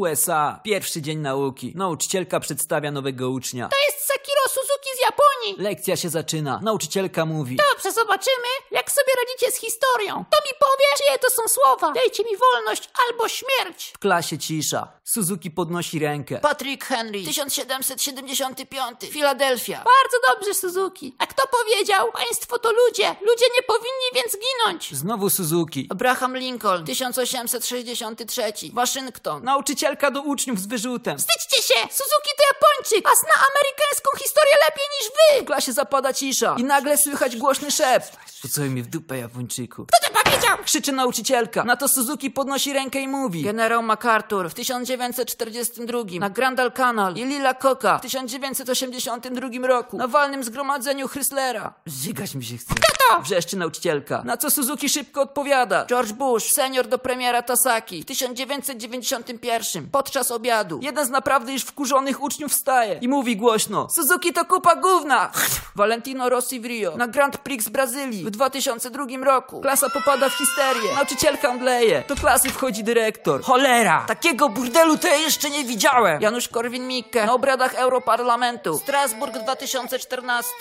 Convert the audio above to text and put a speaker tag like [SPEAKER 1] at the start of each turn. [SPEAKER 1] USA. Pierwszy dzień nauki. Nauczycielka przedstawia nowego ucznia.
[SPEAKER 2] To jest Sakiro Suzuki z Japonii.
[SPEAKER 1] Lekcja się zaczyna. Nauczycielka mówi.
[SPEAKER 2] Dobrze, zobaczymy, jak sobie radzicie z historią. To mi powie, czyje to są słowa. Dajcie mi wolność albo śmierć.
[SPEAKER 1] W klasie cisza. Suzuki podnosi rękę.
[SPEAKER 3] Patrick Henry, 1775, Filadelfia.
[SPEAKER 2] Bardzo dobrze, Suzuki. A kto powiedział? Państwo to ludzie. Ludzie nie powinni więc ginąć.
[SPEAKER 1] Znowu Suzuki.
[SPEAKER 3] Abraham Lincoln, 1863, Waszyngton.
[SPEAKER 1] Nauczycielka do uczniów z wyrzutem.
[SPEAKER 2] Wstydźcie się! Suzuki to Japończyk, a zna amerykańską historię lepiej niż wy!
[SPEAKER 1] W klasie zapada cisza. I nagle słychać głośny szept. Pocałuj mnie w dupę, Japończyku.
[SPEAKER 2] Kto to powiedział?
[SPEAKER 1] Krzyczy nauczycielka. Na to Suzuki podnosi rękę i mówi.
[SPEAKER 3] Generał MacArthur w 1942 na Grand Canal i Lila Coca w 1982 roku na walnym zgromadzeniu Chryslera.
[SPEAKER 1] Zdzigać mi się chce. Wrzeszczy nauczycielka. Na co Suzuki szybko odpowiada.
[SPEAKER 3] George Bush, senior do premiera Tasaki w 1991 podczas obiadu.
[SPEAKER 1] Jeden z naprawdę już wkurzonych uczniów wstaje i mówi głośno Suzuki to kupa gówna!
[SPEAKER 3] Valentino Rossi w Rio na Grand Prix Brazylii w 2002 roku.
[SPEAKER 1] Klasa popada w histerię. Nauczycielka mdleje. Do klasy wchodzi dyrektor. Cholera! Takiego burdelu to ja jeszcze nie widziałem!
[SPEAKER 3] Janusz Korwin-Mikke na obradach Europarlamentu. Strasburg 2014.